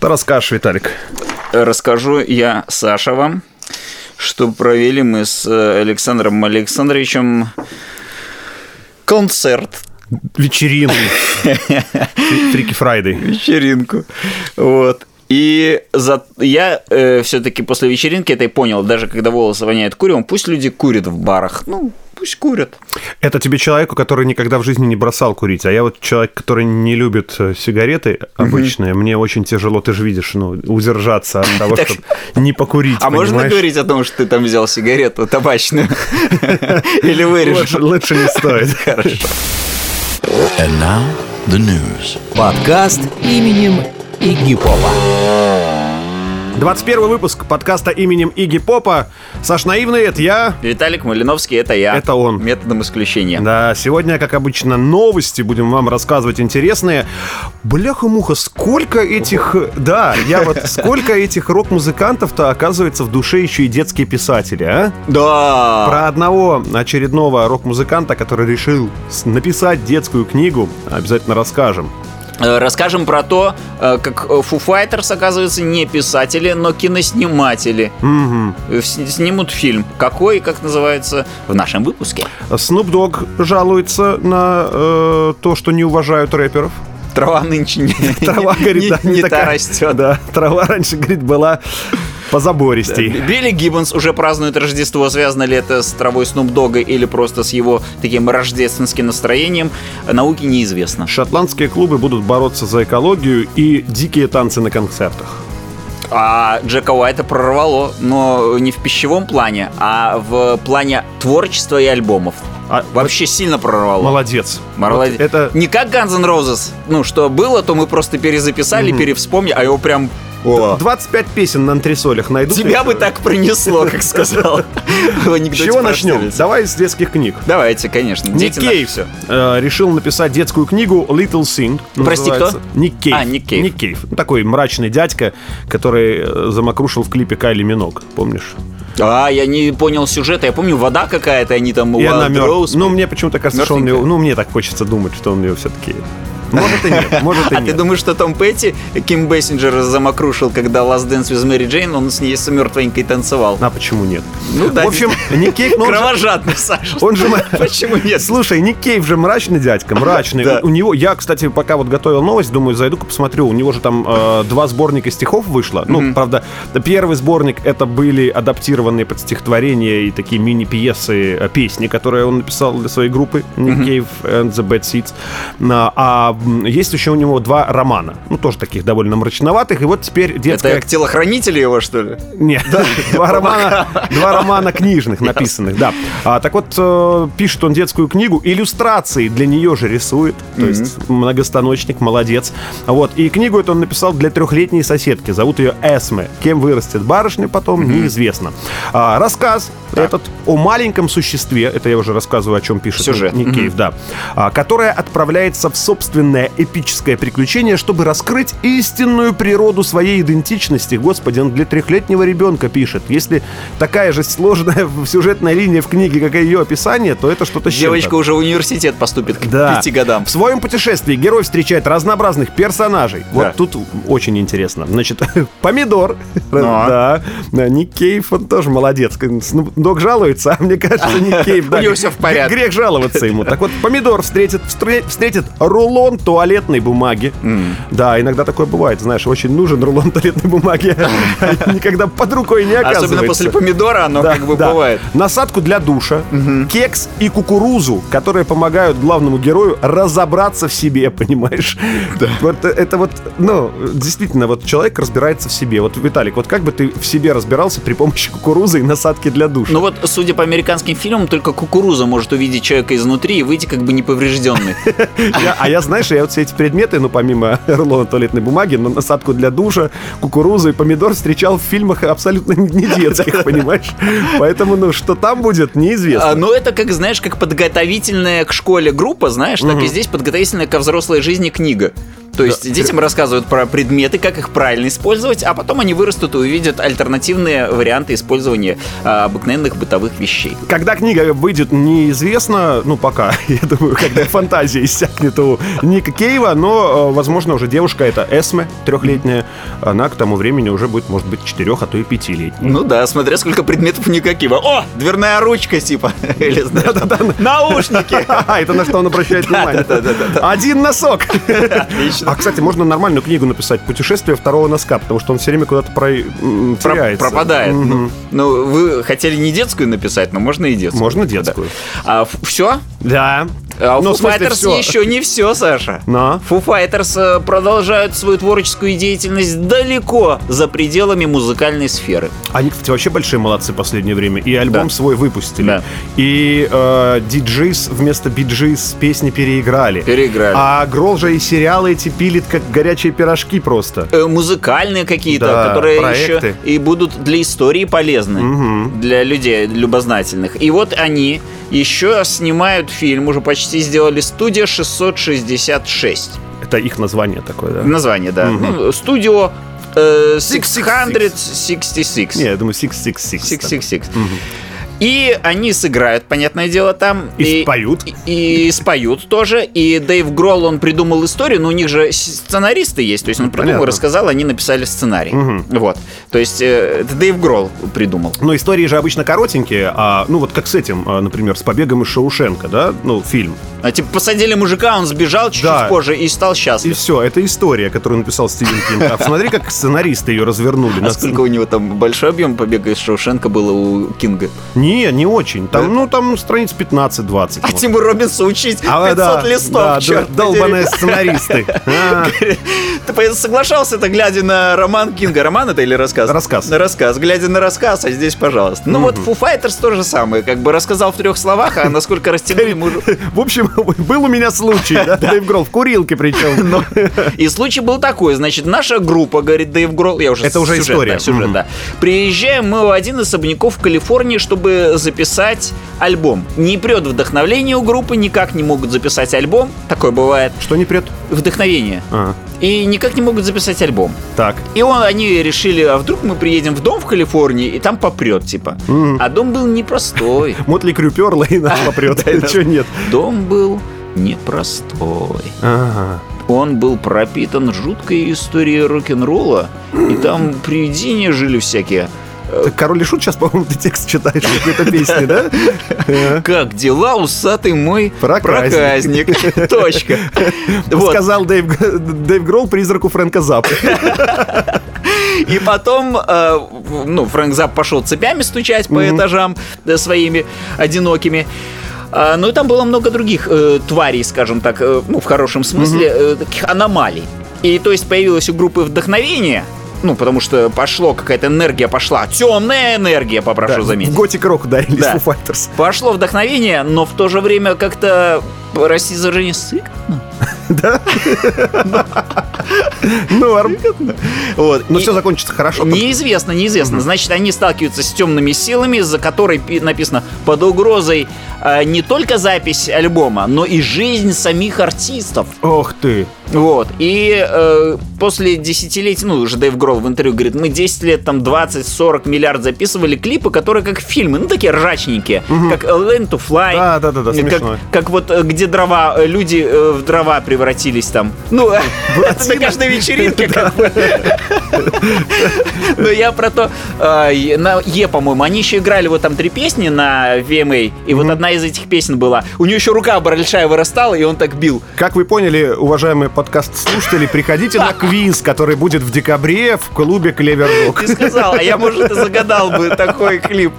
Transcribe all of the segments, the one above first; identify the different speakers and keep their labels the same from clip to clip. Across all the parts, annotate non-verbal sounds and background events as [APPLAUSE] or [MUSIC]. Speaker 1: Что расскажешь, Виталик?
Speaker 2: Расскажу я Саша вам, что провели мы с э, Александром Александровичем концерт
Speaker 1: Вечеринку. Трики Фрайдей.
Speaker 2: вечеринку. Вот. И за... я все-таки после вечеринки это и понял, даже когда волосы воняют куревом, пусть люди курят в барах. Ну, пусть курят.
Speaker 1: Это тебе человеку, который никогда в жизни не бросал курить. А я вот человек, который не любит э, сигареты обычные. Мне очень тяжело, ты же видишь, ну, удержаться
Speaker 2: [LAUGHS]
Speaker 1: от того,
Speaker 2: Так-
Speaker 1: чтобы не покурить.
Speaker 2: А можно
Speaker 1: понимаешь?
Speaker 2: говорить о том, что ты там взял
Speaker 1: [LAUGHS]
Speaker 2: сигарету табачную? Или
Speaker 1: Лучше-
Speaker 2: вырежешь?
Speaker 1: Лучше не
Speaker 2: [LAUGHS]
Speaker 1: стоит.
Speaker 2: Хорошо.
Speaker 3: And now the news.
Speaker 4: Подкаст именем Игипова.
Speaker 1: 21 выпуск подкаста именем Иги Попа. Саш Наивный, это я.
Speaker 2: Виталик Малиновский, это я.
Speaker 1: Это он.
Speaker 2: Методом исключения.
Speaker 1: Да, сегодня, как обычно, новости будем вам рассказывать интересные. Бляха-муха, сколько этих... Да, я вот... Сколько этих рок-музыкантов-то, оказывается, в душе еще и детские писатели, а?
Speaker 2: Да.
Speaker 1: Про одного очередного рок-музыканта, который решил с- написать детскую книгу, обязательно расскажем.
Speaker 2: Э, Расскажем про то, э, как э, Foo Fighters, оказывается, не писатели, но киносниматели.
Speaker 1: Мгм.
Speaker 2: Э, с- Снимут фильм. Какой и как называется в нашем выпуске.
Speaker 1: Snoop Dogg жалуется на э, то, что не уважают рэперов.
Speaker 2: Трава нынче [LAUGHS] не,
Speaker 1: Трава, говорит,
Speaker 2: не-
Speaker 1: да,
Speaker 2: не та
Speaker 1: такая.
Speaker 2: растет.
Speaker 1: Да, трава раньше, говорит, была позабористей.
Speaker 2: Билли Гиббонс уже празднует Рождество. Связано ли это с травой Снуп Дога или просто с его таким рождественским настроением, э, науке неизвестно.
Speaker 1: Шотландские клубы будут бороться за экологию и дикие танцы на концертах.
Speaker 2: А Джека Уайта прорвало, но не в пищевом плане, а в плане творчества и альбомов.
Speaker 1: А,
Speaker 2: Вообще сильно прорвало.
Speaker 1: Молодец.
Speaker 2: Молодец.
Speaker 1: Вот это
Speaker 2: Не как Guns N' Roses. Ну, что было, то мы просто перезаписали, перевспомнили, а его прям... О.
Speaker 1: 25 песен на антресолях найдут.
Speaker 2: Тебя бы так принесло,
Speaker 1: [LAUGHS]
Speaker 2: как сказал. в
Speaker 1: С
Speaker 2: анекдоте
Speaker 1: чего
Speaker 2: про
Speaker 1: начнем?
Speaker 2: Штирлица.
Speaker 1: Давай с детских книг.
Speaker 2: Давайте, конечно.
Speaker 1: Ник
Speaker 2: Дети на-
Speaker 1: Кейв
Speaker 2: всё.
Speaker 1: э, решил написать детскую книгу Little Thing.
Speaker 2: Прости,
Speaker 1: называется. Ник Кейв.
Speaker 2: А, Ник Кейв.
Speaker 1: Ну, Такой мрачный дядька, который э, замокрушил в клипе Кайли Минок, помнишь?
Speaker 2: А, я не понял сюжета. Я помню, вода какая-то, они там...
Speaker 1: И
Speaker 2: Wild
Speaker 1: она мёр-
Speaker 2: Rose.
Speaker 1: Ну, мне почему-то кажется, что он
Speaker 2: Мёртвенькая.
Speaker 1: ее... Ну, мне так хочется думать, что он ее все-таки... Может и нет, может и
Speaker 2: [LAUGHS] А ты
Speaker 1: нет.
Speaker 2: думаешь, что Том Петти Ким Бессинджера замокрушил, когда Last Dance with Mary Джейн, он с ней с мертвенькой танцевал?
Speaker 1: А почему нет?
Speaker 2: Ну да.
Speaker 1: В
Speaker 2: [LAUGHS]
Speaker 1: общем, Ник Кейв, ну, он же-
Speaker 2: Кровожадный, [LAUGHS] Саша.
Speaker 1: Он же...
Speaker 2: [LAUGHS] Почему нет?
Speaker 1: Слушай, Ник Кейв же мрачный дядька, мрачный.
Speaker 2: [LAUGHS] Да.
Speaker 1: У него, я, кстати, пока вот готовил новость, думаю, зайду-ка посмотрю. У него же там э, два сборника стихов вышло. Ну, правда, первый сборник это были адаптированные под стихотворения и такие мини-пьесы, э, песни, которые он написал для своей группы Ник Кейв and the Bad Seeds. На- А м, есть еще у него два романа, ну, тоже таких довольно мрачноватых. И вот теперь
Speaker 2: Это
Speaker 1: детская
Speaker 2: как телохранители его, что ли?
Speaker 1: нет, два романа, два романа книжных написанных, да. А, так вот, э, пишет он детскую книгу, иллюстрации для нее же рисует, то есть многостаночник, молодец. Вот, и книгу эту он написал для трехлетней соседки, зовут ее Эсме. Кем вырастет барышня потом, неизвестно. А, рассказ этот о маленьком существе, это я уже рассказываю, о чем пишет
Speaker 2: Сюжет.
Speaker 1: Никеев, да, а, которая отправляется в собственное эпическое приключение, чтобы раскрыть истинную природу своей идентичности. Господи, он для трехлетнего ребенка пишет. Если такая же сложная [LAUGHS] сюжетная линия в книге, как и ее описание, то это что-то с чем-то.
Speaker 2: Девочка уже в университет поступит к
Speaker 1: Да.
Speaker 2: пяти годам.
Speaker 1: В своем путешествии герой встречает разнообразных персонажей.
Speaker 2: Да.
Speaker 1: Вот тут очень интересно. Значит, [LAUGHS] помидор.
Speaker 2: Ну.
Speaker 1: Да. Ник Кейв, он тоже молодец. Снуп Дог жалуется, а мне кажется,
Speaker 2: [LAUGHS]
Speaker 1: Ник Кейв... да,
Speaker 2: У него всё в порядке.
Speaker 1: Грех жаловаться ему. Так вот, помидор встретит, встре- встретит рулон туалетной бумаги. Да, иногда такое бывает, знаешь, очень нужен рулон туалетной бумаги. [LAUGHS] а Никогда под рукой не оказывается.
Speaker 2: Особенно после помидора оно
Speaker 1: Да,
Speaker 2: как бы
Speaker 1: да.
Speaker 2: бывает.
Speaker 1: Насадку для душа, кекс и кукурузу, которые помогают главному герою разобраться в себе, [LAUGHS] понимаешь? Вот это вот, ну, действительно, вот человек разбирается в себе. Вот, Виталик, вот как бы ты в себе разбирался при помощи кукурузы и насадки для душа?
Speaker 2: Ну вот, судя по американским фильмам, только кукуруза может увидеть человека изнутри и выйти как
Speaker 1: [LAUGHS]
Speaker 2: бы неповрежденный. Ну,
Speaker 1: Я- а я, знаешь, я вот все эти предметы, ну, помимо [LAUGHS] рулона туалетной бумаги, на насадку для душа, кукурузу и помидор встречал в фильмах абсолютно
Speaker 2: [LAUGHS]
Speaker 1: не детских, понимаешь? Поэтому, ну, что там будет, неизвестно.
Speaker 2: А, ну это как, знаешь, как подготовительная к школе группа, знаешь, так и здесь подготовительная ко взрослой жизни книга. То есть детям рассказывают про предметы, как их правильно использовать, а потом они вырастут и увидят альтернативные варианты использования а, обыкновенных бытовых вещей.
Speaker 1: Когда книга выйдет, неизвестно, ну пока, [LAUGHS] я думаю, когда фантазия иссякнет у Ника Кейва, но, э, возможно, уже девушка это Эсме, трехлетняя, она к тому времени уже будет, может быть, четырех, а то и [LAUGHS] пятилетняя.
Speaker 2: Ну да, смотря сколько предметов никаких. О, дверная ручка типа. [LAUGHS] Или знаешь, там,
Speaker 1: [LAUGHS]
Speaker 2: наушники.
Speaker 1: Ха-ха, А, Это на что он обращает внимание. Один носок. А, кстати, можно нормальную книгу написать «Путешествие второго носка», потому что он все время куда-то про- м,
Speaker 2: Про-
Speaker 1: теряется.
Speaker 2: пропадает.
Speaker 1: Мгм.
Speaker 2: Ну, ну, вы хотели не детскую написать, но можно и детскую.
Speaker 1: Можно детскую.
Speaker 2: все?
Speaker 1: Да.
Speaker 2: А у
Speaker 1: Ну, в
Speaker 2: Foo
Speaker 1: смысле,
Speaker 2: Fighters
Speaker 1: всё.
Speaker 2: еще не все, Саша.
Speaker 1: На.
Speaker 2: Foo Fighters э, продолжают свою творческую деятельность далеко за пределами музыкальной сферы.
Speaker 1: Они, кстати, вообще большие молодцы в последнее время. И альбом
Speaker 2: Да.
Speaker 1: свой выпустили.
Speaker 2: Да.
Speaker 1: И э, диджейс вместо биджейс песни переиграли.
Speaker 2: Переиграли.
Speaker 1: А Грол же и сериалы эти пилит, как горячие пирожки просто.
Speaker 2: Э, музыкальные какие-то,
Speaker 1: Да,
Speaker 2: которые
Speaker 1: проекты.
Speaker 2: еще и будут для истории полезны, для людей любознательных. И вот они еще снимают фильм, уже почти сделали студия 666.
Speaker 1: Это их название такое, да?
Speaker 2: Название, да. Ну, студио э, 666.
Speaker 1: Не, я думаю, 666.
Speaker 2: 666. И они сыграют, понятное дело, там.
Speaker 1: И споют.
Speaker 2: И, и споют тоже. И Дэйв Гролл, он придумал историю, но у них же с- сценаристы есть. То есть он придумал,
Speaker 1: Ну, понятно.
Speaker 2: рассказал, они написали сценарий. Вот. То есть э, это Дэйв Гролл придумал.
Speaker 1: Но истории же обычно коротенькие, а, ну вот как с этим, а, например, с побегом из Шоушенка, да, ну фильм.
Speaker 2: А, типа посадили мужика, он сбежал чуть-чуть
Speaker 1: Да.
Speaker 2: позже и стал счастлив.
Speaker 1: И все, это история, которую написал Стивен Кинг. А посмотри, как сценаристы ее развернули.
Speaker 2: [LAUGHS] А сколько у него там большой объем побега из Шоушенка было у Кинга?
Speaker 1: Не, не очень. Там, ну, там страниц 15-20.
Speaker 2: А
Speaker 1: может.
Speaker 2: Тиму Робинсу учить 500
Speaker 1: А, да,
Speaker 2: листов,
Speaker 1: да,
Speaker 2: черт
Speaker 1: дол- долбаные
Speaker 2: подери.
Speaker 1: сценаристы. А,
Speaker 2: Ты по- соглашался это, глядя на роман Кинга. Роман это или рассказ?
Speaker 1: Рассказ.
Speaker 2: На рассказ. Глядя на рассказ, а здесь, пожалуйста. Ну вот Foo Fighters то же самое. Как бы рассказал в трех словах, а насколько растянули мужу.
Speaker 1: [LAUGHS] В общем, [LAUGHS] был у меня случай, да, Ну. Дэйв Гролл, в курилке причем.
Speaker 2: И случай был такой. Значит, наша группа, говорит Дэйв Гролл, я уже
Speaker 1: Это уже
Speaker 2: сюжет,
Speaker 1: история.
Speaker 2: да, сюжет,
Speaker 1: Мгм.
Speaker 2: да. Приезжаем мы в один из особняков в Калифорнии, чтобы записать альбом. Не прет вдохновление у группы, никак не могут записать альбом. Такое бывает.
Speaker 1: [LAUGHS] Что не прет?
Speaker 2: Вдохновение.
Speaker 1: А,
Speaker 2: И никак не могут записать альбом.
Speaker 1: Так.
Speaker 2: И он, они решили, а вдруг мы приедем в дом в Калифорнии, и там попрет, типа. А дом был непростой.
Speaker 1: Мотли крюперла [LAUGHS] и нас попрет. Чего нет?
Speaker 2: Дом был непростой.
Speaker 1: Ага.
Speaker 2: Он был пропитан жуткой историей рок-н-ролла, и там привидения жили всякие.
Speaker 1: Так Король и Шут сейчас, по-моему, ты текст читаешь какой-то песни, [LAUGHS] да? Э,
Speaker 2: Как дела, усатый мой
Speaker 1: Проказник.
Speaker 2: проказник? Точка. Вот.
Speaker 1: Сказал Дэйв, Г- Дэйв Гролл призраку Фрэнка Заппа.
Speaker 2: И потом, э, в- ну, Фрэнк Зап пошел цепями стучать по этажам да, своими одинокими. А, Ну и там было много других э, тварей, скажем так, э, ну, в хорошем смысле, э, таких аномалий. И то есть появилось у группы вдохновение, ну, потому что пошло какая-то энергия пошла, темная энергия, попрошу заметить.
Speaker 1: В готик-рок ударились
Speaker 2: Да.
Speaker 1: Foo Fighters.
Speaker 2: Пошло вдохновение, но в то же время как-то, прости за выражение, сык.
Speaker 1: Норм.
Speaker 2: Вот.
Speaker 1: Но
Speaker 2: И-
Speaker 1: все закончится хорошо.
Speaker 2: Неизвестно, неизвестно. Значит, они сталкиваются с темными силами, за которой пи- написано под угрозой э, не только запись альбома, но и жизнь самих артистов.
Speaker 1: Ох ты.
Speaker 2: Вот. И э, после десятилетий, ну, уже Дэйв Гролл в интервью говорит, мы 10 лет, там, 20-40 миллиард записывали клипы, которые как фильмы, ну, такие ржачненькие, как Land to Fly.
Speaker 1: Да-да-да-да,
Speaker 2: э, как,
Speaker 1: смешно.
Speaker 2: как вот э, где дрова, э, люди э, в дрова превратились там. Ну, [LAUGHS] это на каждой вечеринке как бы. [LAUGHS] Но я про то, э, е- на Е, по-моему, они еще играли вот там три песни на VMA, и вот одна из этих песен была. У нее еще рука большая вырастала, и он так бил.
Speaker 1: Как вы поняли, уважаемые подкаст-слушатели, приходите на квиз, который будет в декабре в клубе Клевер Рок.
Speaker 2: Ты сказал, а я, может, и загадал бы такой клип.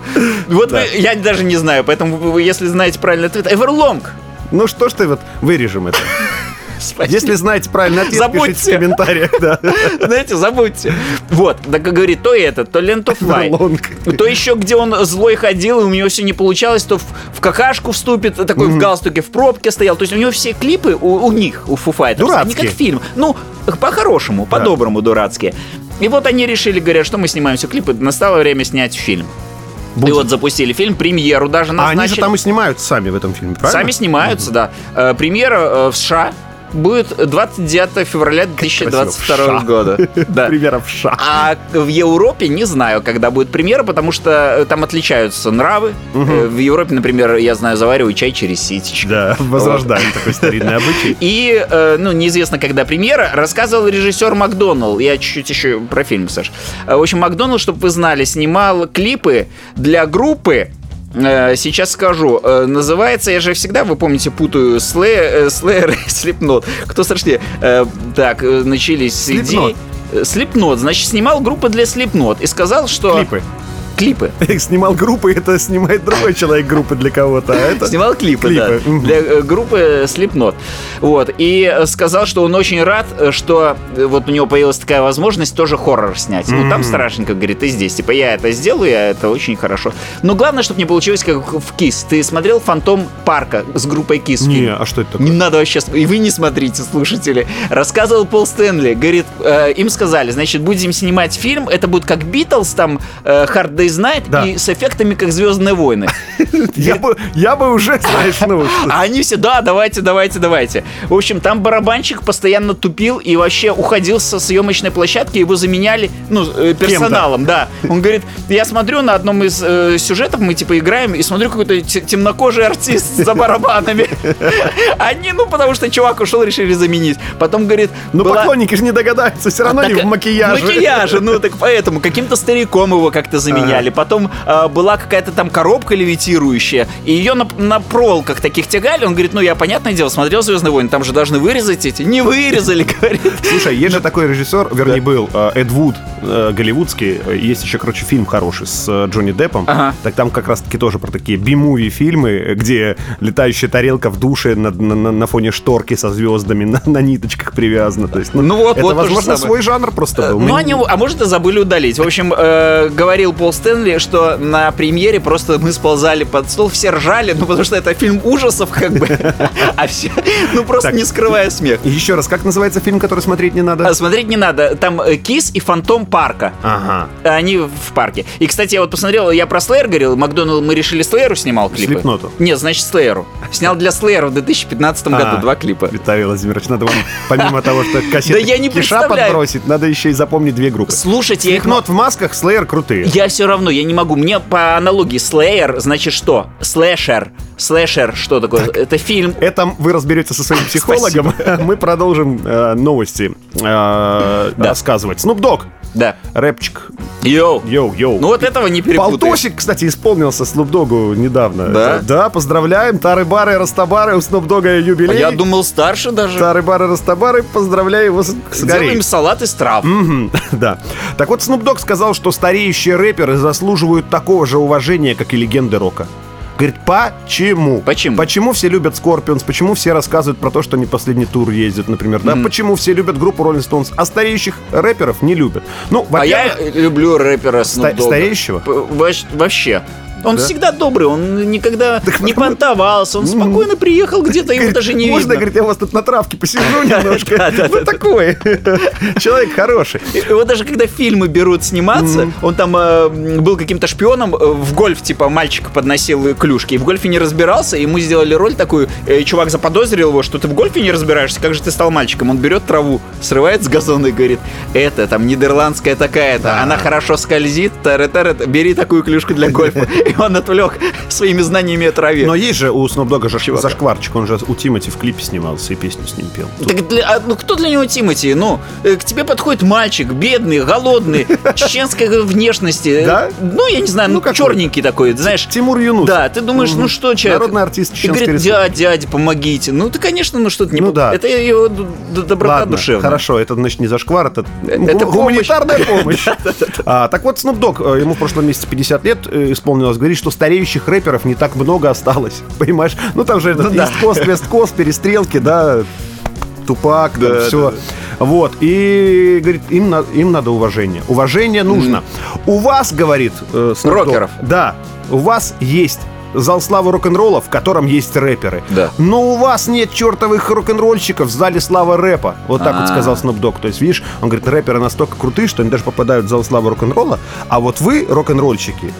Speaker 2: Вот вы- я даже не знаю, поэтому вы, если знаете правильный ответ, Эверлонг.
Speaker 1: Ну что ж ты вот, вырежем это.
Speaker 2: Спасибо.
Speaker 1: Если знаете правильный ответ, пишите
Speaker 2: Забудьте.
Speaker 1: в комментариях. Да.
Speaker 2: Знаете, забудьте. Вот, так как говорит, то и это, то ленту флай.
Speaker 1: Эверлонг.
Speaker 2: То еще, где он злой ходил, и у него все не получалось, то в, в какашку вступит, такой в галстуке, в пробке стоял. То есть у него все клипы у, у них, у Фуфайтерс, они
Speaker 1: Дурацкие.
Speaker 2: как фильм. Ну, по-хорошему, по-доброму дурацкие. И вот они решили, говорят, что мы снимаем все клипы, настало время снять фильм. И вот запустили фильм, премьеру даже
Speaker 1: А
Speaker 2: назначили.
Speaker 1: они же там и снимают сами в этом фильме, правильно?
Speaker 2: Сами снимаются, да. Э, Премьера э, в США. будет 29 февраля 2022
Speaker 1: [LAUGHS]
Speaker 2: года. Да.
Speaker 1: Примером в шаг.
Speaker 2: А в Европе не знаю, когда будет премьера, потому что э, там отличаются нравы. Э, В Европе, например, я знаю, заваривают чай через ситечку.
Speaker 1: Да, [LAUGHS] возрождаем такой старинный обычай.
Speaker 2: И, э, ну, неизвестно, когда премьера, рассказывал режиссер Макдоналл. Я чуть-чуть еще про фильм, Саш. Э, В общем, Макдоналл, чтобы вы знали, снимал клипы для группы. э, Сейчас скажу. Э, Называется, я же всегда, вы помните, путаю Слэ- э, Слэйер и Слепнот. Кто страшнее? Э, Так, э, начались с идеи.
Speaker 1: Slipknot.
Speaker 2: Э, Слепнот. Значит, снимал группы для Слепнот и сказал, что...
Speaker 1: Клипы.
Speaker 2: Клипы.
Speaker 1: Снимал группы, это снимает другой человек группы для кого-то. а это-
Speaker 2: Снимал клипы,
Speaker 1: клипы,
Speaker 2: да,
Speaker 1: мгм.
Speaker 2: для э, группы Slipknot. Вот, и э, сказал, что он очень рад, э, что э, вот у него появилась такая возможность тоже хоррор снять. Ну, там страшненько, говорит, и здесь. Типа, я это сделаю, я это очень хорошо. Но главное, чтобы не получилось как в Кис. Ты смотрел «Фантом парка» с группой Кис?
Speaker 1: Не, а что это
Speaker 2: Не
Speaker 1: такое?
Speaker 2: надо вообще, сп- и вы не смотрите, слушатели. Рассказывал Пол Стэнли, говорит, э, им сказали, значит, будем снимать фильм, это будет как Битлз, там, э, Hard Day's Night,
Speaker 1: Да.
Speaker 2: и с эффектами, как Звездные войны.
Speaker 1: Я бы, я бы уже, знаешь, ну...
Speaker 2: [LAUGHS] А они все, да, давайте, давайте, давайте. В общем, там барабанщик постоянно тупил и вообще уходил со съемочной площадки, его заменяли, ну, э, персоналом, да. Он говорит, я смотрю на одном из э, сюжетов, мы типа играем, и смотрю какой-то те- темнокожий артист за барабанами. [LAUGHS] Они, ну, потому что чувак ушел, решили заменить. Потом говорит,
Speaker 1: Ну,
Speaker 2: была-
Speaker 1: поклонники же не догадаются, все равно они
Speaker 2: А, так,
Speaker 1: в макияже.
Speaker 2: макияже, ну так поэтому каким-то стариком его как-то заменяли. Потом э, была какая-то там коробка левитирующая, и ее на, на проволоках таких тягали. Он говорит, ну я, понятное дело, смотрел «Звездные войны», там же должны вырезать эти. Не вырезали, [LAUGHS] говорит.
Speaker 1: Слушай, есть же такой режиссер, вернее, был э, Эд Вуд, э, голливудский. Э, Есть еще, короче, фильм хороший с э, Джонни Деппом.
Speaker 2: Ага.
Speaker 1: Так там как раз-таки тоже про такие би-муви фильмы, э, где летающая тарелка в душе на, на- на- на фоне шторки со звездами на, на ниточках привязана. То есть,
Speaker 2: Ну вот,
Speaker 1: это,
Speaker 2: вот то же
Speaker 1: возможно,
Speaker 2: самое.
Speaker 1: свой жанр просто
Speaker 2: Э,
Speaker 1: был.
Speaker 2: Ну,
Speaker 1: Мы-
Speaker 2: они, а может, и забыли удалить. В общем, э, говорил Пол Стэнли, что на премьере просто мы сползали под стол, все ржали, ну, потому что это фильм ужасов, как
Speaker 1: [LAUGHS]
Speaker 2: бы. А все, ну, просто
Speaker 1: Так.
Speaker 2: не скрывая смех.
Speaker 1: Еще раз, как называется фильм, который смотреть не надо?
Speaker 2: А Смотреть не надо. Там э, Кис и Фантом Парка.
Speaker 1: Ага.
Speaker 2: Они в парке. И, кстати, я вот посмотрел, я про Слэйр говорил, Макдоналл, мы решили Слэйру снимал клипы.
Speaker 1: Слипноту.
Speaker 2: Нет, значит, Слэйру. Снял для Слэйра в 2015 году
Speaker 1: А,
Speaker 2: два клипа.
Speaker 1: Виталий Владимирович, надо вам, помимо того, что кассеты
Speaker 2: [LAUGHS] Да я не
Speaker 1: киша
Speaker 2: представляю.
Speaker 1: подбросить, надо еще и запомнить две группы.
Speaker 2: Слушайте, я их...
Speaker 1: Слепнот в масках, Слеер крутые.
Speaker 2: Я все равно, я не могу. Мне по аналогии Слэйр, значит что? Слэшер. Слэшер, что такое? Это фильм.
Speaker 1: Это вы разберетесь со своим психологом. [LAUGHS] Мы продолжим э, новости э, рассказывать. Снуп Дог,
Speaker 2: Да.
Speaker 1: рэпчик,
Speaker 2: Йоу.
Speaker 1: йоу-йоу.
Speaker 2: Ну вот этого не перепутаешь.
Speaker 1: Полтосик, кстати, исполнился Снуп Догу недавно.
Speaker 2: Да?
Speaker 1: Да, поздравляем. Тары-бары, растабары, у Снуп Дога
Speaker 2: А
Speaker 1: юбилей.
Speaker 2: Я думал старше даже.
Speaker 1: Тары-бары, растабары, поздравляю его с, с
Speaker 2: Сделаем
Speaker 1: Горей.
Speaker 2: салат из трав.
Speaker 1: Мгм, [LAUGHS] Да. Так вот, Snoop Dogg сказал, что стареющие рэперы заслуживают такого же уважения, как и легенды рока. Говорит, почему?
Speaker 2: Почему?
Speaker 1: Почему все любят Скорпионс? Почему все рассказывают про то, что они последний тур ездят, например? Да, почему все любят группу Rolling Stones, а стареющих рэперов не любят? Ну,
Speaker 2: А я
Speaker 1: во-первых,
Speaker 2: люблю рэпера
Speaker 1: ста-
Speaker 2: Snoop Dogg.
Speaker 1: стареющего.
Speaker 2: П- вообще- Вообще. Он
Speaker 1: Да?
Speaker 2: всегда добрый, он никогда не понтовался, он спокойно приехал где-то, его
Speaker 1: Говорит,
Speaker 2: даже не
Speaker 1: Можно,
Speaker 2: видно.
Speaker 1: говорит, я у вас тут на травке
Speaker 2: [LAUGHS]
Speaker 1: посижу немножко. Вот такой. [LAUGHS] Человек хороший.
Speaker 2: И Вот даже когда фильмы берут сниматься, он там э, м, был каким-то шпионом, э, в гольф, типа, мальчик подносил клюшки, и в гольфе не разбирался, ему сделали роль такую, э, чувак заподозрил его, что ты в гольфе не разбираешься, как же ты стал мальчиком? Он берет траву, срывает с газона и говорит, это там нидерландская такая-то, она хорошо скользит, тары-тары, бери такую клюшку для гольфа. И он отвлек своими знаниями о траве.
Speaker 1: Но есть же у Snoop Dogg же зашкварчик. Он же у Тимати в клипе снимался и песню с ним пел.
Speaker 2: Так для- а, ну кто для него Тимати? Ну, э, к тебе подходит мальчик, бедный,
Speaker 1: [LAUGHS]
Speaker 2: голодный, чеченской внешности. э,
Speaker 1: Да?
Speaker 2: Ну, я не знаю, ну,
Speaker 1: Ну, какой-то.
Speaker 2: черненький такой, знаешь.
Speaker 1: Тимур Юнус.
Speaker 2: Да, ты думаешь, ну что, человек?
Speaker 1: Народный артист
Speaker 2: И
Speaker 1: Чеченской
Speaker 2: говорит,
Speaker 1: Республики.
Speaker 2: дядя, дядя, помогите. Ну, ты, конечно, ну что-то не...
Speaker 1: Ну
Speaker 2: по-
Speaker 1: да.
Speaker 2: Это его д- д- доброта
Speaker 1: Ладно,
Speaker 2: душевная.
Speaker 1: хорошо, это значит не зашквар, это, гум-
Speaker 2: Э, это помощь.
Speaker 1: гуманитарная
Speaker 2: [LAUGHS]
Speaker 1: помощь. А, Так вот, Snoop Dogg, э, ему в прошлом месяце 50 лет э, исполнилось, говорит, что стареющих рэперов не так много осталось, [LAUGHS] понимаешь? Ну там же этот Ист-Кост, Вест-Кост, перестрелки, да, Тупак, все. Вот, и, говорит, им, на- им надо уважение. Уважение нужно. У вас, говорит... э, Snoop Dogg,
Speaker 2: Рокеров.
Speaker 1: Да, у вас есть зал славы рок-н-ролла, в котором есть рэперы.
Speaker 2: Да.
Speaker 1: Но у вас нет чертовых рок-н-ролльщиков в зале славы рэпа. Вот так вот
Speaker 2: А.
Speaker 1: сказал Snoop Dogg. То есть, видишь, он говорит, рэперы настолько крутые, что они даже попадают в зал славы рок-н-ролла, а вот вы, рок-н-ролльщики,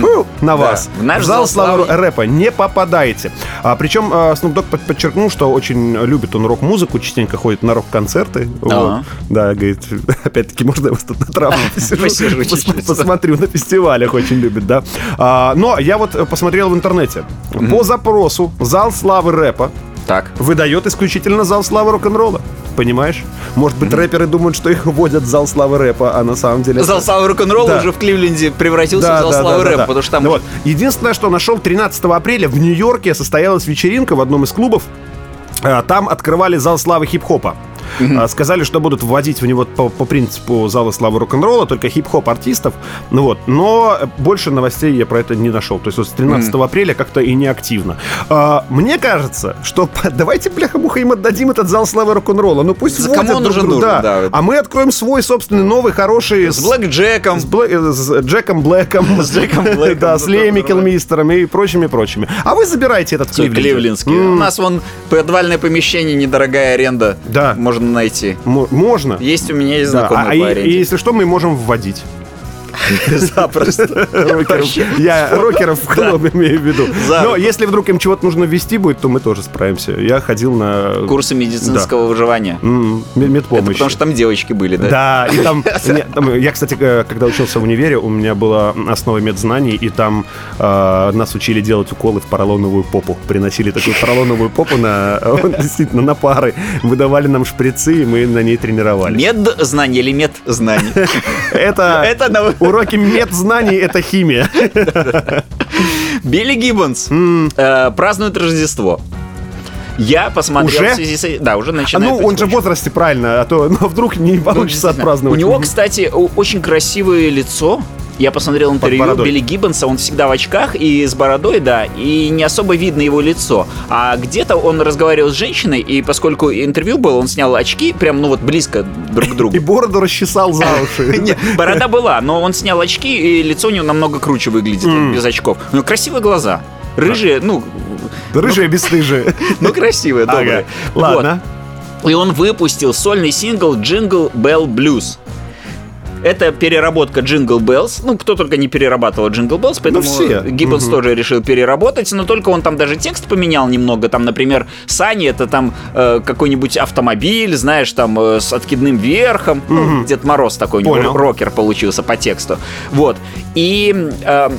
Speaker 1: Фу, на вас.
Speaker 2: в наш
Speaker 1: В зал
Speaker 2: зал
Speaker 1: славы
Speaker 2: славы.
Speaker 1: рэпа не попадаете. А, причем э, Snoop Dogg под- подчеркнул, что очень любит он рок-музыку, частенько ходит на рок-концерты.
Speaker 2: Ага.
Speaker 1: Вот. Да, говорит, [LAUGHS] опять-таки, можно я вас тут на травке посижу?
Speaker 2: посижу
Speaker 1: Пос-
Speaker 2: чуть-чуть.
Speaker 1: Посмотрю, на фестивалях очень любит, да. А, Но я вот э, посмотрел в интернете. По запросу зал славы рэпа
Speaker 2: Так.
Speaker 1: выдает исключительно зал славы рок-н-ролла. Понимаешь? Может быть, рэперы думают, что их вводят в зал славы рэпа, а на самом деле...
Speaker 2: Зал
Speaker 1: это-
Speaker 2: славы рок-н-ролла
Speaker 1: Да.
Speaker 2: уже в Кливленде превратился в зал славы рэпа, потому что там...
Speaker 1: Ну вот. Единственное, что нашел 13 апреля в Нью-Йорке состоялась вечеринка в одном из клубов. А, Там открывали зал славы хип-хопа. А, Сказали, что будут вводить в него по, по принципу зала славы рок-н-ролла, только хип-хоп артистов. Ну вот. Но больше новостей я про это не нашел. То есть вот с 13 апреля как-то и неактивно. А, Мне кажется, что [LAUGHS] давайте, бляха-муха, им отдадим этот зал славы рок-н-ролла. Ну пусть
Speaker 2: За
Speaker 1: вводят
Speaker 2: кому он
Speaker 1: друг
Speaker 2: уже
Speaker 1: друга.
Speaker 2: нужен,
Speaker 1: Да.
Speaker 2: да.
Speaker 1: А мы откроем свой собственный новый хороший...
Speaker 2: С Блэк Джеком,
Speaker 1: С, Блэ- э, с Джеком Блэком.
Speaker 2: [LAUGHS] С Джеком Блэком,
Speaker 1: Да, с
Speaker 2: да,
Speaker 1: Леем
Speaker 2: да, да.
Speaker 1: Микелмистером и прочими-прочими. А вы забирайте этот
Speaker 2: Всё,
Speaker 1: Кливленд.
Speaker 2: Кливлендский. У нас вон подвальное помещение, недорогая аренда.
Speaker 1: Да.
Speaker 2: Можно найти.
Speaker 1: М- Можно.
Speaker 2: Есть у меня есть
Speaker 1: Да, а-
Speaker 2: знакомые
Speaker 1: а
Speaker 2: по
Speaker 1: и- и
Speaker 2: аренде.
Speaker 1: если что, мы можем
Speaker 2: [LAUGHS]
Speaker 1: вводить.
Speaker 2: Запросто.
Speaker 1: Рокеров.
Speaker 2: [LAUGHS]
Speaker 1: Я рокеров в клуб имею в виду.
Speaker 2: За
Speaker 1: Но
Speaker 2: руку.
Speaker 1: если вдруг им чего-то нужно ввести будет, то мы тоже справимся. Я ходил на
Speaker 2: [LAUGHS] Курсы медицинского выживания.
Speaker 1: м, мед-
Speaker 2: Это
Speaker 1: медпомощи.
Speaker 2: потому что там девочки были, да?
Speaker 1: Ну, Да, и
Speaker 2: [LAUGHS]
Speaker 1: там, не, там- я, кстати, э, когда учился в универе, у меня была основа медзнаний, и там э, нас учили делать уколы в поролоновую попу. Приносили такую поролоновую попу на, [LAUGHS] э, действительно, на пары, выдавали нам шприцы, и мы на ней тренировали.
Speaker 2: Медзнание или медзнание?
Speaker 1: [LAUGHS] Это,
Speaker 2: [LAUGHS] Это на-
Speaker 1: уроки медзнаний, это химия.
Speaker 2: Билли Гиббонс э, празднует Рождество. Я посмотрел
Speaker 1: Уже?
Speaker 2: в связи с... э, Да, уже
Speaker 1: А
Speaker 2: начинает
Speaker 1: ну, он же в
Speaker 2: потихонечку.
Speaker 1: возрасте, правильно, а то ну, вдруг не
Speaker 2: Ну,
Speaker 1: получится
Speaker 2: действительно.
Speaker 1: отпраздновать.
Speaker 2: У него, кстати, о- очень красивое лицо. Я посмотрел интервью
Speaker 1: бородой.
Speaker 2: Билли Гиббонса, он всегда в очках и с бородой, да, и не особо видно его лицо. А где-то он разговаривал с женщиной, и поскольку интервью было, он снял очки, прям, ну вот, близко друг к другу.
Speaker 1: И бороду расчесал
Speaker 2: [LAUGHS]
Speaker 1: за уши.
Speaker 2: Нет, борода была, но он снял очки, и лицо у него намного круче выглядит без очков. Но красивые глаза. Рыжие, ну,
Speaker 1: Рыжие
Speaker 2: [LAUGHS]
Speaker 1: бесстыжие.
Speaker 2: ну красивые, добрые.
Speaker 1: Ага, Ладно.
Speaker 2: Вот. И он выпустил сольный сингл «Джингл Bell Блюз». Это переработка Jingle Bells. Ну, кто только не перерабатывал Jingle Bells,
Speaker 1: Ну,
Speaker 2: поэтому
Speaker 1: все.
Speaker 2: Гиббонс тоже решил переработать, но только он там даже текст поменял немного. Там, например, Сани это там э, какой-нибудь автомобиль, знаешь, там э, с откидным верхом. Ну, Дед Мороз такой у
Speaker 1: Понял.
Speaker 2: него рокер получился по тексту. Вот. И э,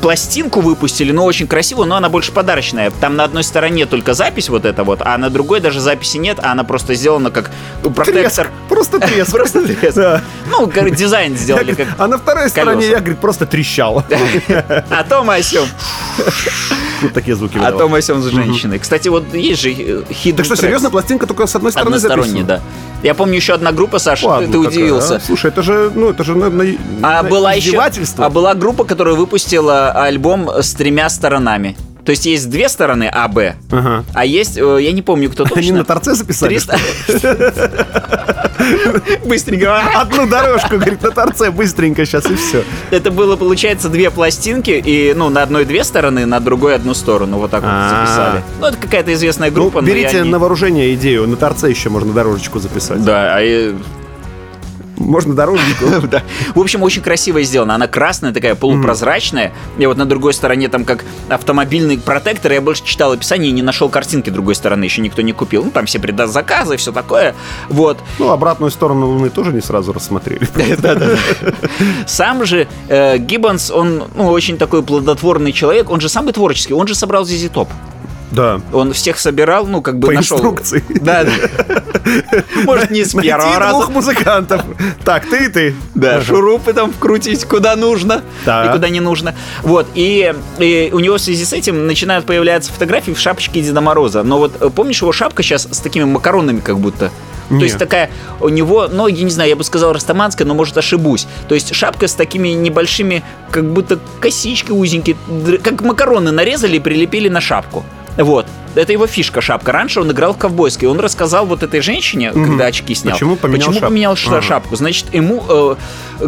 Speaker 2: пластинку выпустили, но очень красивую, но она больше подарочная. Там на одной стороне только запись вот эта вот, а на другой даже записи нет, а она просто сделана как протектор.
Speaker 1: Треск. Просто треск.
Speaker 2: Просто треск.
Speaker 1: Да.
Speaker 2: Ну, говорит,
Speaker 1: [LAUGHS]
Speaker 2: дизайн сделали
Speaker 1: Я,
Speaker 2: как...
Speaker 1: говорит, а на второй стороне
Speaker 2: колеса.
Speaker 1: я, говорит, просто
Speaker 2: [LAUGHS]
Speaker 1: трещал.
Speaker 2: О том, о сём.
Speaker 1: Вот такие звуки
Speaker 2: О
Speaker 1: выдавал.
Speaker 2: том, о сём с женщиной. Кстати, вот есть же э, hidden
Speaker 1: Так что,
Speaker 2: tracks.
Speaker 1: серьезно, пластинка только с одной стороны
Speaker 2: Односторонний,
Speaker 1: записана?
Speaker 2: да. Я помню, еще одна группа, Саша,
Speaker 1: Ладно,
Speaker 2: ты, ты
Speaker 1: какая,
Speaker 2: удивился.
Speaker 1: а? Слушай, это же, ну, это же на, на-
Speaker 2: А
Speaker 1: на
Speaker 2: была еще,
Speaker 1: Ну, издевательство.
Speaker 2: а была группа, которая выпустила альбом с тремя сторонами. То есть есть две стороны А, Б,
Speaker 1: Ага.
Speaker 2: а есть, э, я не помню, кто
Speaker 1: Они
Speaker 2: точно.
Speaker 1: на торце записали?
Speaker 2: Триста- Быстренько.
Speaker 1: что ли? Одну дорожку, говорит, на торце, быстренько сейчас, и все.
Speaker 2: Это было, получается, две пластинки, и, ну, на одной две стороны, на другой одну сторону. Вот так вот
Speaker 1: А.
Speaker 2: записали. Ну, это какая-то известная
Speaker 1: Ну,
Speaker 2: группа. но я
Speaker 1: берите
Speaker 2: не-
Speaker 1: на вооружение идею, на торце еще можно дорожечку записать.
Speaker 2: Да, а э,
Speaker 1: Можно
Speaker 2: [LAUGHS]
Speaker 1: дорожечку.
Speaker 2: да. В общем, очень красиво сделано. Она красная такая, полупрозрачная. И вот на другой стороне там как автомобильный протектор. Я больше читал описание и не нашел картинки другой стороны. Еще никто не купил. Ну, там все предзаказы, все такое. Вот.
Speaker 1: Ну, обратную сторону Луны тоже не сразу рассмотрели.
Speaker 2: Сам же э, Гиббонс, он ну, очень такой плодотворный человек. Он же самый творческий. Он же собрал Зизи Топ.
Speaker 1: Да.
Speaker 2: Он всех собирал, ну, как бы
Speaker 1: По
Speaker 2: нашел.
Speaker 1: инструкции. [LAUGHS]
Speaker 2: Да, да. Может, не с первого
Speaker 1: Найти
Speaker 2: раза.
Speaker 1: двух музыкантов. Так, ты и ты.
Speaker 2: Да, шурупы там вкрутить куда нужно
Speaker 1: Так.
Speaker 2: и куда не нужно. Вот, и, и у него в связи с этим начинают появляться фотографии в шапочке Деда Мороза. Но вот э, помнишь его шапка сейчас с такими макаронами как будто?
Speaker 1: Не.
Speaker 2: То есть такая у него, ну, я не знаю, я бы сказал растаманская, но может ошибусь. То есть шапка с такими небольшими, как будто косички узенькие, др- как макароны нарезали и прилепили на шапку. Вот. это его фишка шапка. Раньше он играл в ковбойской. Он рассказал вот этой женщине, когда очки снял.
Speaker 1: Почему поменял шапку?
Speaker 2: поменял ш-
Speaker 1: Ага.
Speaker 2: шапку? Значит, ему э,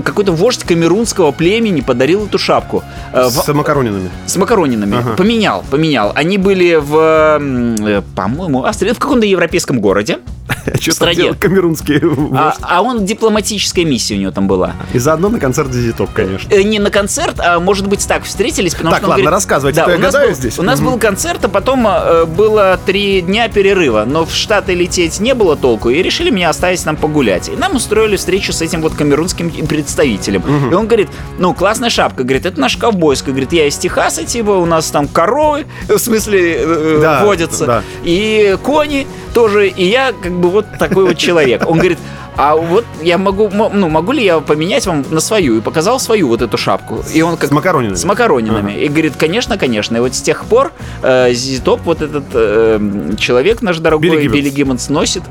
Speaker 2: какой-то вождь камерунского племени подарил эту шапку. Э, в-
Speaker 1: С макаронинами.
Speaker 2: с макаронинами.
Speaker 1: Ага.
Speaker 2: Поменял, поменял. Они были в, м, э, по-моему, Австрии, в каком-то европейском городе.
Speaker 1: А Чё там
Speaker 2: стране.
Speaker 1: делают Камерунские.
Speaker 2: А, а он дипломатическая миссия у него там была.
Speaker 1: И заодно на концерт Дизи Топ, конечно.
Speaker 2: Э, Не на концерт, а может быть так встретились, потому
Speaker 1: Так,
Speaker 2: что он
Speaker 1: ладно,
Speaker 2: говорит-
Speaker 1: рассказывайте, а то я
Speaker 2: у нас
Speaker 1: гадаю
Speaker 2: был-
Speaker 1: здесь.
Speaker 2: У нас
Speaker 1: Мгм.
Speaker 2: был концерт, а потом э, было три дня перерыва, но в Штаты лететь не было толку, и решили меня оставить там погулять. И нам устроили встречу с этим вот камерунским представителем. И он говорит, ну, классная шапка, говорит, это наш ковбойская, говорит, я из Техаса, типа, у нас там коровы, в смысле, э,
Speaker 1: Да,
Speaker 2: водятся,
Speaker 1: да.
Speaker 2: и кони тоже, и я как бы вот такой вот человек. Он говорит, а вот я могу, мо- ну, могу ли я поменять вам на свою? И показал свою вот эту шапку. И он как
Speaker 1: С макаронинами.
Speaker 2: с макаронинами. И говорит, конечно, конечно. И вот с тех пор э, Зитоп, вот этот э, м, человек наш дорогой,
Speaker 1: Билли
Speaker 2: Билли
Speaker 1: Гиббонс.
Speaker 2: Гиммонс, носит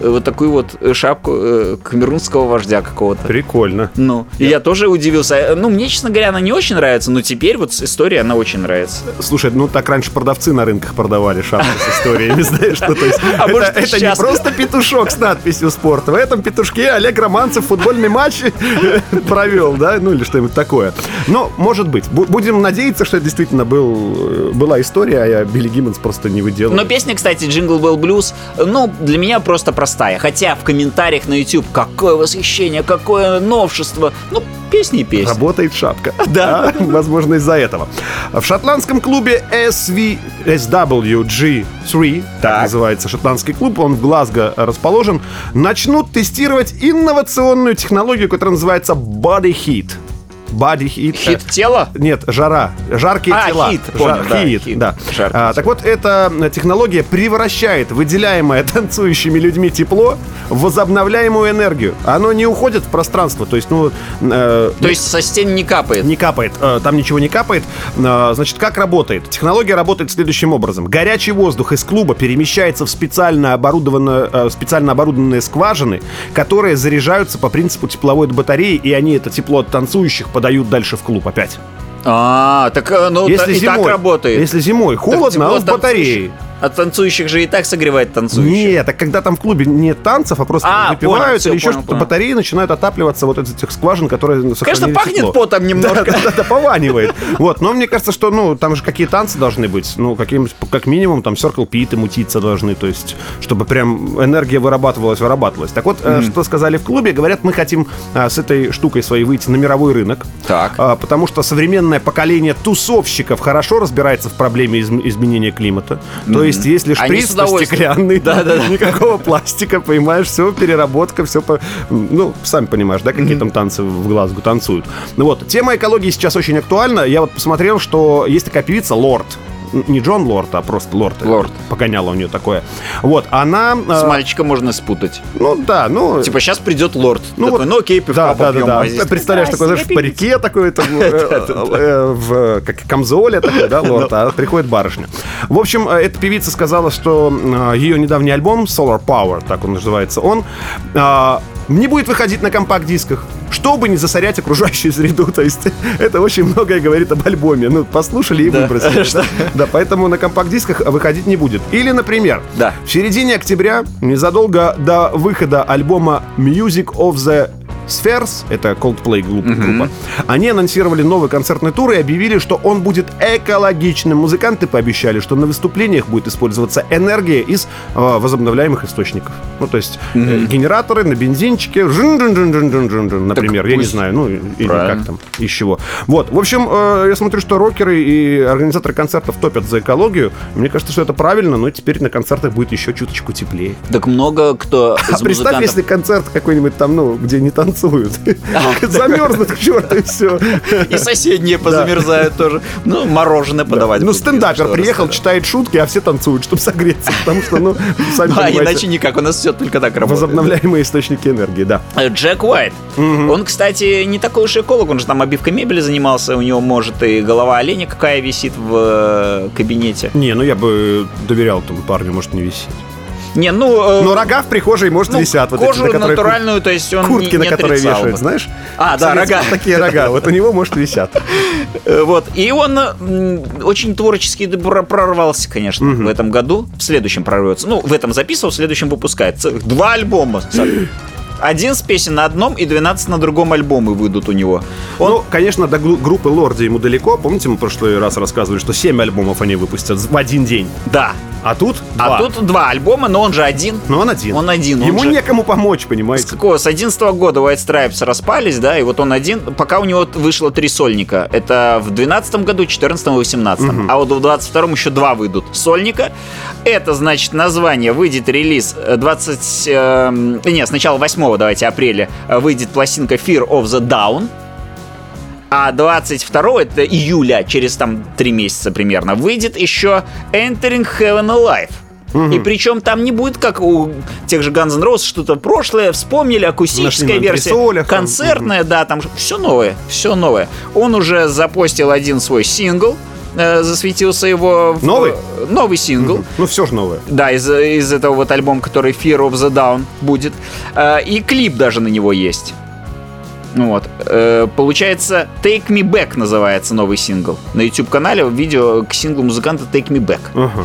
Speaker 2: э, вот такую вот э, шапку э, камерунского вождя какого-то.
Speaker 1: Прикольно.
Speaker 2: Ну, и я тоже удивился. Э, Ну, мне, честно говоря, она не очень нравится, но теперь вот с- история, она очень нравится.
Speaker 1: Слушай, ну так раньше продавцы на рынках продавали шапки с историями, [LAUGHS] знаешь, что то есть.
Speaker 2: А
Speaker 1: это-
Speaker 2: может,
Speaker 1: Это не
Speaker 2: сейчас.
Speaker 1: просто петушок с надписью «Спорт». В этом петушке Олег Романцев футбольный матч [LAUGHS] провел, да? Ну или что-нибудь такое. Но, может быть. Бу- Будем надеяться, что это действительно был, э, была история, а я Билли Гиммонс просто не выделал.
Speaker 2: Но песня, кстати, Jingle Bell Blues, ну, для меня просто простая. Хотя в комментариях на YouTube какое восхищение, какое новшество. Ну, песни и песни.
Speaker 1: Работает шапка.
Speaker 2: [LAUGHS] Да.
Speaker 1: Возможно, из-за этого. В шотландском клубе SV, SWG3, так. называется шотландский клуб, он в Глазго расположен, начнут тестировать инновационную технологию, которая называется Body Heat. Body Heat.
Speaker 2: Хит тела?
Speaker 1: Нет, жара. Жаркие
Speaker 2: А,
Speaker 1: тела.
Speaker 2: хит, понял, да,
Speaker 1: хит,
Speaker 2: хит.
Speaker 1: да.
Speaker 2: Жаркие
Speaker 1: А, так вот, эта технология превращает выделяемое [LAUGHS] танцующими людьми тепло в возобновляемую энергию. Оно не уходит в пространство, то есть, ну... э,
Speaker 2: То есть со стен не капает.
Speaker 1: не капает, э, там ничего не капает. Э, Значит, как работает? Технология работает следующим образом. Горячий воздух из клуба перемещается в специально, оборудованное, э, специально оборудованные скважины, которые заряжаются по принципу тепловой батареи, и они это тепло от танцующих подают дальше в клуб опять.
Speaker 2: А, так э, ну та- и так работает.
Speaker 1: если зимой
Speaker 2: Так
Speaker 1: холодно, а
Speaker 2: тепло
Speaker 1: он
Speaker 2: от
Speaker 1: в батарее.
Speaker 2: танцующих- От танцующих же и так согревает танцующих.
Speaker 1: Нет, так когда там в клубе нет танцев, а просто
Speaker 2: А, понял,
Speaker 1: выпивают
Speaker 2: всё,
Speaker 1: или еще
Speaker 2: понял,
Speaker 1: что-то,
Speaker 2: понял.
Speaker 1: батареи начинают отапливаться вот из этих скважин, которые
Speaker 2: Конечно,
Speaker 1: сохранили
Speaker 2: пахнет
Speaker 1: тепло.
Speaker 2: потом немножко.
Speaker 1: Да-да-да, пованивает. Вот, но мне кажется, что, ну, там же какие танцы должны быть. Ну, каким, как минимум, там, Circle Pit и мутиться должны, то есть, чтобы прям энергия вырабатывалась, вырабатывалась. Так вот, э, что сказали в клубе, говорят, мы хотим э, с этой штукой своей выйти на мировой рынок.
Speaker 2: Так.
Speaker 1: Э, Потому что современное поколение тусовщиков хорошо разбирается в проблеме из- изменения климата. То есть, если
Speaker 2: Они
Speaker 1: шприц
Speaker 2: с
Speaker 1: то
Speaker 2: удовольствием.
Speaker 1: стеклянный, да, никакого пластика, понимаешь, все переработка, все по... Ну, сами понимаешь, да, какие там танцы в Глазго танцуют. Ну вот, тема экологии сейчас очень актуальна. Я вот посмотрел, что есть такая певица Лорд. Н- Не Джон Лорд, а просто Лорд.
Speaker 2: Лорд.
Speaker 1: Погоняло у нее такое. Вот, она... э,
Speaker 2: С мальчиком можно спутать.
Speaker 1: ну да, ну...
Speaker 2: Типа сейчас придет лорд.
Speaker 1: Ну
Speaker 2: Такой,
Speaker 1: вот-
Speaker 2: ну окей, пивка
Speaker 1: Да, да, да,
Speaker 2: попьем,
Speaker 1: да.
Speaker 2: а здесь-
Speaker 1: Представляешь, такой, знаешь, в парике такой, там, э, э, в э, как камзоле такой, да, лорд, а приходит барышня. В общем, э, эта певица сказала, что э, ее недавний альбом Solar Power, так он называется, он э, не будет выходить на компакт-дисках, чтобы не засорять окружающую среду. [LAUGHS] То есть это очень многое говорит об альбоме. Ну, послушали и выбросили. да. Да, поэтому на компакт-дисках выходить не будет. Или, например,
Speaker 2: Да.
Speaker 1: в середине октября, незадолго до выхода альбома Music of the Spheres, это Coldplay глу- группа, они анонсировали новый концертный тур и объявили, что он будет экологичным. Музыканты пообещали, что на выступлениях будет использоваться энергия из э, возобновляемых источников. Ну, то есть э, генераторы на бензинчике, жин-жин-жин-жин-жин-жин, например, я не
Speaker 2: пусть.
Speaker 1: знаю, ну, или
Speaker 2: Правильно.
Speaker 1: как там, из чего. Вот, в общем, э, я смотрю, что рокеры и организаторы концертов топят за экологию. Мне кажется, что это правильно, но теперь на концертах будет еще чуточку теплее.
Speaker 2: Так много
Speaker 1: [LAUGHS]
Speaker 2: кто
Speaker 1: А
Speaker 2: из
Speaker 1: представь, если
Speaker 2: музыкантов...
Speaker 1: концерт какой-нибудь там, ну, где не
Speaker 2: [LAUGHS]
Speaker 1: танцуют.
Speaker 2: А,
Speaker 1: [LAUGHS] Замерзнут к черту и все. [LAUGHS]
Speaker 2: И соседние позамерзают тоже. Ну, мороженое подавать.
Speaker 1: Ну,
Speaker 2: будут, если
Speaker 1: стендапер
Speaker 2: что,
Speaker 1: приехал,
Speaker 2: рассказать.
Speaker 1: читает шутки, а все танцуют, чтобы согреться. Потому что, ну,
Speaker 2: [LAUGHS]
Speaker 1: сами
Speaker 2: А иначе
Speaker 1: понимаете,
Speaker 2: никак, у нас все только так работает.
Speaker 1: возобновляемые источники энергии, да.
Speaker 2: Э, Джек Уайт. Он, кстати, не такой уж и эколог, он же там обивкой мебели занимался, у него, может, и голова оленя какая висит в э, кабинете.
Speaker 1: Не, ну я бы доверял этому парню, может, не висеть.
Speaker 2: Не, ну... э,
Speaker 1: Но рога в прихожей, может,
Speaker 2: ну,
Speaker 1: висят. вот эти,
Speaker 2: кожу
Speaker 1: на которые кур-
Speaker 2: натуральную, то есть он
Speaker 1: Куртки,
Speaker 2: не,
Speaker 1: на
Speaker 2: не
Speaker 1: которые
Speaker 2: отрицал
Speaker 1: вешают,
Speaker 2: бы.
Speaker 1: знаешь?
Speaker 2: А, да,
Speaker 1: Советские
Speaker 2: рога.
Speaker 1: Такие рога. Вот у него, может, висят.
Speaker 2: [LAUGHS] Э, Вот. И он э, м, очень творчески пр- прорвался, конечно, в этом году. В следующем прорвется. Ну, в этом записывал, в следующем выпускает. Целых Два альбома.
Speaker 1: [GASPS]
Speaker 2: Саш. Один с песен на одном и 12 на другом альбомы выйдут у него. Он
Speaker 1: Ну, конечно, до гру- группы Лорди ему далеко. Помните, мы в прошлый раз рассказывали, что 7 альбомов они выпустят в один день.
Speaker 2: Да.
Speaker 1: А тут два.
Speaker 2: А тут два альбома, но он же один.
Speaker 1: Но он один.
Speaker 2: Он один, он
Speaker 1: Ему
Speaker 2: же-
Speaker 1: некому помочь,
Speaker 2: С
Speaker 1: понимаете?
Speaker 2: какого? С 11 года White Stripes распались, да, и вот он один. Пока у него вышло три сольника. Это в 12 году, 14 и 18. А вот в 22 еще два выйдут сольника. Это, значит, название. Выйдет релиз э, 20... эм, не, сначала 8 давайте, апреля э, выйдет пластинка Fear of the Down. А 22 это июля, через там три месяца примерно, выйдет еще Entering Heaven Alive. И причем там не будет, как у тех же Guns N' Roses, что-то прошлое, вспомнили,
Speaker 1: Нашли
Speaker 2: акустическая
Speaker 1: на
Speaker 2: версия,
Speaker 1: антресолях там.
Speaker 2: концертная, да, там все новое, все новое. Он уже запостил один свой сингл, э, засветился его... в-
Speaker 1: Новый?
Speaker 2: Новый сингл.
Speaker 1: Ну, все же новое.
Speaker 2: Да, из, из этого вот альбома, который Fear of the Down будет. Э, И клип даже на него есть. Ну Вот. Э, Получается, Take Me Back называется новый сингл. На YouTube-канале видео к синглу музыканта Take Me Back.
Speaker 1: Ага.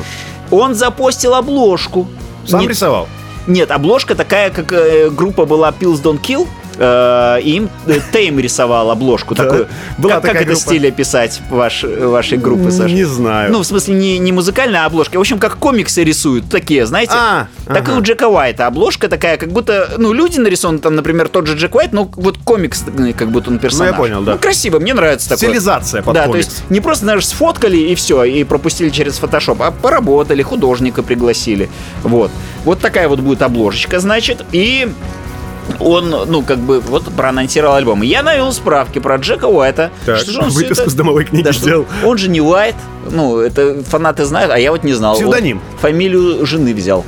Speaker 2: Он запостил обложку.
Speaker 1: Сам
Speaker 2: Не-
Speaker 1: рисовал.
Speaker 2: нет, обложка такая, как э, группа была Pills Don't Kill, э, и им э, Тейм рисовал обложку такую.
Speaker 1: была
Speaker 2: Как- Как
Speaker 1: такая
Speaker 2: это
Speaker 1: группа.
Speaker 2: стиль описать ваш- вашей группы, Саша?
Speaker 1: Не знаю.
Speaker 2: Ну, в смысле, не, не музыкальная обложка, а, в общем, как комиксы рисуют, такие, знаете?
Speaker 1: А,
Speaker 2: так и
Speaker 1: ага.
Speaker 2: у Джека Уайта обложка такая, как будто, ну, люди нарисованы, там, например, тот же Джек Уайт, но вот комикс, э, как будто он персонаж.
Speaker 1: понял, да.
Speaker 2: Ну, красиво, мне нравится такое.
Speaker 1: Стилизация под
Speaker 2: Да,
Speaker 1: комикс.
Speaker 2: то есть не просто, знаешь, сфоткали и все, и пропустили через фотошоп, а поработали, художника пригласили. Вот. Вот такая вот будет обложечка, значит, и он, ну, как бы, вот проанонсировал альбом. И Я навел справки про Джека Уайта.
Speaker 1: Так,
Speaker 2: всё
Speaker 1: [LAUGHS] выписку с домовой книги
Speaker 2: что-
Speaker 1: сделал.
Speaker 2: Он же не Уайт, ну, это фанаты знают, а я вот не знал.
Speaker 1: Псевдоним.
Speaker 2: Он фамилию жены взял.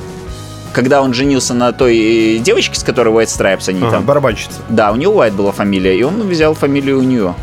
Speaker 2: Когда он женился на той э, девочке, с которой White Stripes они
Speaker 1: Ага,
Speaker 2: там...
Speaker 1: барабанщица.
Speaker 2: Да, у него Уайт была фамилия, и он взял фамилию у нее.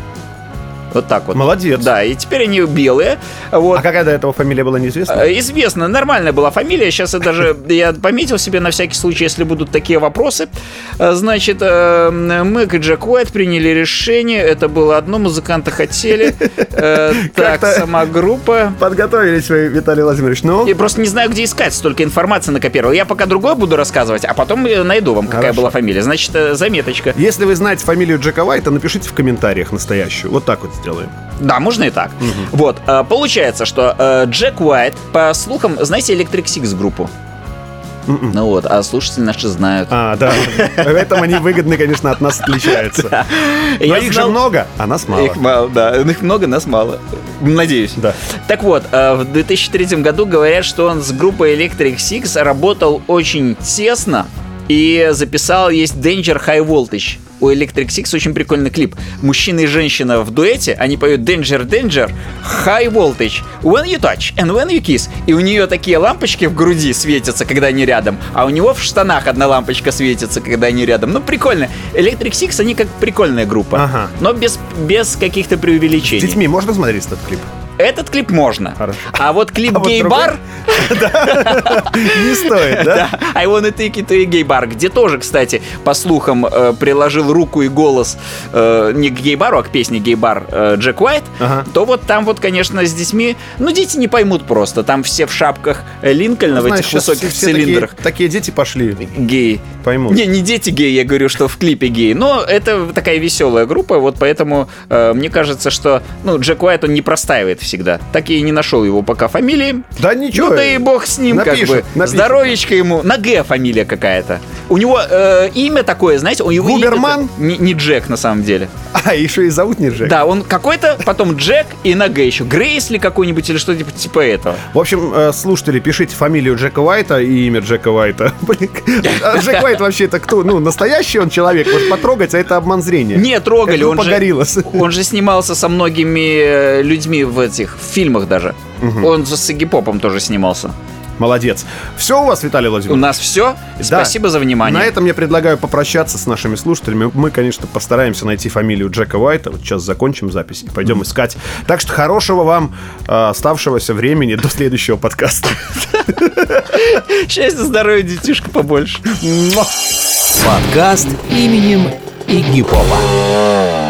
Speaker 2: Вот так вот.
Speaker 1: Молодец.
Speaker 2: Да, и теперь они белые. Вот.
Speaker 1: А какая до этого фамилия была неизвестна?
Speaker 2: Э, Известно, нормальная была фамилия. Сейчас я даже [LAUGHS] я пометил себе на всякий случай, если будут такие вопросы. Э, Значит, э, мы и Джек Уайт приняли решение. Это было одно, музыканта хотели. Э,
Speaker 1: [LAUGHS]
Speaker 2: Так,
Speaker 1: Как-то-
Speaker 2: сама группа.
Speaker 1: Подготовились вы, Виталий Владимирович. Ну,
Speaker 2: Я просто не знаю, где искать, столько информации накопировал. Я пока другое буду рассказывать, а потом э, найду вам, какая
Speaker 1: Хорошо.
Speaker 2: была фамилия. Значит, э, заметочка.
Speaker 1: если вы знаете фамилию Джека Уайта, напишите в комментариях настоящую. Вот так вот сделаем.
Speaker 2: Да, можно и так. Вот, э, получается, что э, Джек Уайт, по слухам, знаете Electric Six группу?
Speaker 1: Мгм.
Speaker 2: Ну вот, а слушатели наши знают.
Speaker 1: А, да. В этом они выгодно, конечно, от нас отличаются. Но
Speaker 2: Я
Speaker 1: их
Speaker 2: знал-
Speaker 1: же много, а нас мало.
Speaker 2: Их мало, да. Их много, нас мало. Надеюсь.
Speaker 1: Да.
Speaker 2: Так вот, э, в 2003 году говорят, что он с группой Electric Six работал очень тесно и записал есть Danger High Voltage. У Electric Six очень прикольный клип. Мужчина и женщина в дуэте, они поют Danger, Danger, High Voltage, When You Touch and When You Kiss. И у нее такие лампочки в груди светятся, когда они рядом, а у него в штанах одна лампочка светится, когда они рядом. Ну, прикольно. Electric Six, они как прикольная группа,
Speaker 1: Ага.
Speaker 2: но без, без каких-то преувеличений.
Speaker 1: С детьми можно смотреть этот клип?
Speaker 2: Этот клип можно.
Speaker 1: Хорошо.
Speaker 2: А вот клип
Speaker 1: А вот
Speaker 2: гей-бар,
Speaker 1: [LAUGHS] Не стоит, да?
Speaker 2: [LAUGHS] да, I wanna take you to a gay bar, где тоже, кстати, по слухам, э, приложил руку и голос э, не к гей-бару, а к песне гей-бар э, Джек Уайт,
Speaker 1: Ага.
Speaker 2: то вот там вот, конечно, с детьми, ну, дети не поймут просто, там все в шапках э, Линкольна в
Speaker 1: Знаешь,
Speaker 2: этих
Speaker 1: щас
Speaker 2: высоких
Speaker 1: все такие-
Speaker 2: цилиндрах.
Speaker 1: Такие дети пошли,
Speaker 2: Геи.
Speaker 1: поймут.
Speaker 2: Не, не дети геи, я говорю, что в клипе геи. Но это такая веселая группа, вот поэтому э, мне кажется, что ну, Джек Уайт, он не простаивает всегда. Так я и не нашел его пока фамилии.
Speaker 1: Да ничего.
Speaker 2: Ну да и бог с ним,
Speaker 1: Напишет,
Speaker 2: как бы.
Speaker 1: напишет.
Speaker 2: Здоровечко ему. На Г фамилия какая-то. У него э, имя такое, знаете, у него имя-то
Speaker 1: Губерман?
Speaker 2: не, не Джек на самом деле.
Speaker 1: А, еще и зовут не Джек.
Speaker 2: Да, он какой-то, потом Джек и на Г еще. Грейс ли какой-нибудь или что-то типа, типа этого.
Speaker 1: В общем, э, слушатели, пишите фамилию Джека Уайта и имя Джека Уайта. [LAUGHS] Блин, а Джек Уайт вообще это кто? Ну, настоящий он человек, может потрогать, а это обман зрения.
Speaker 2: Не, трогали,
Speaker 1: Это
Speaker 2: он
Speaker 1: Погориллас.
Speaker 2: же, он же снимался со многими э, людьми в этих в фильмах даже. Он же с Игги Попом тоже снимался.
Speaker 1: Молодец. Все у вас, Виталий
Speaker 2: У
Speaker 1: Владимирович?
Speaker 2: нас все. Спасибо за внимание.
Speaker 1: На этом я предлагаю попрощаться с нашими слушателями. Мы, конечно, постараемся найти фамилию Джека Уайта. Вот сейчас закончим запись и пойдем искать. Так что хорошего вам э, оставшегося времени до следующего подкаста.
Speaker 2: [LAUGHS] Счастья, здоровья, детишка побольше.
Speaker 4: Подкаст именем Игипова.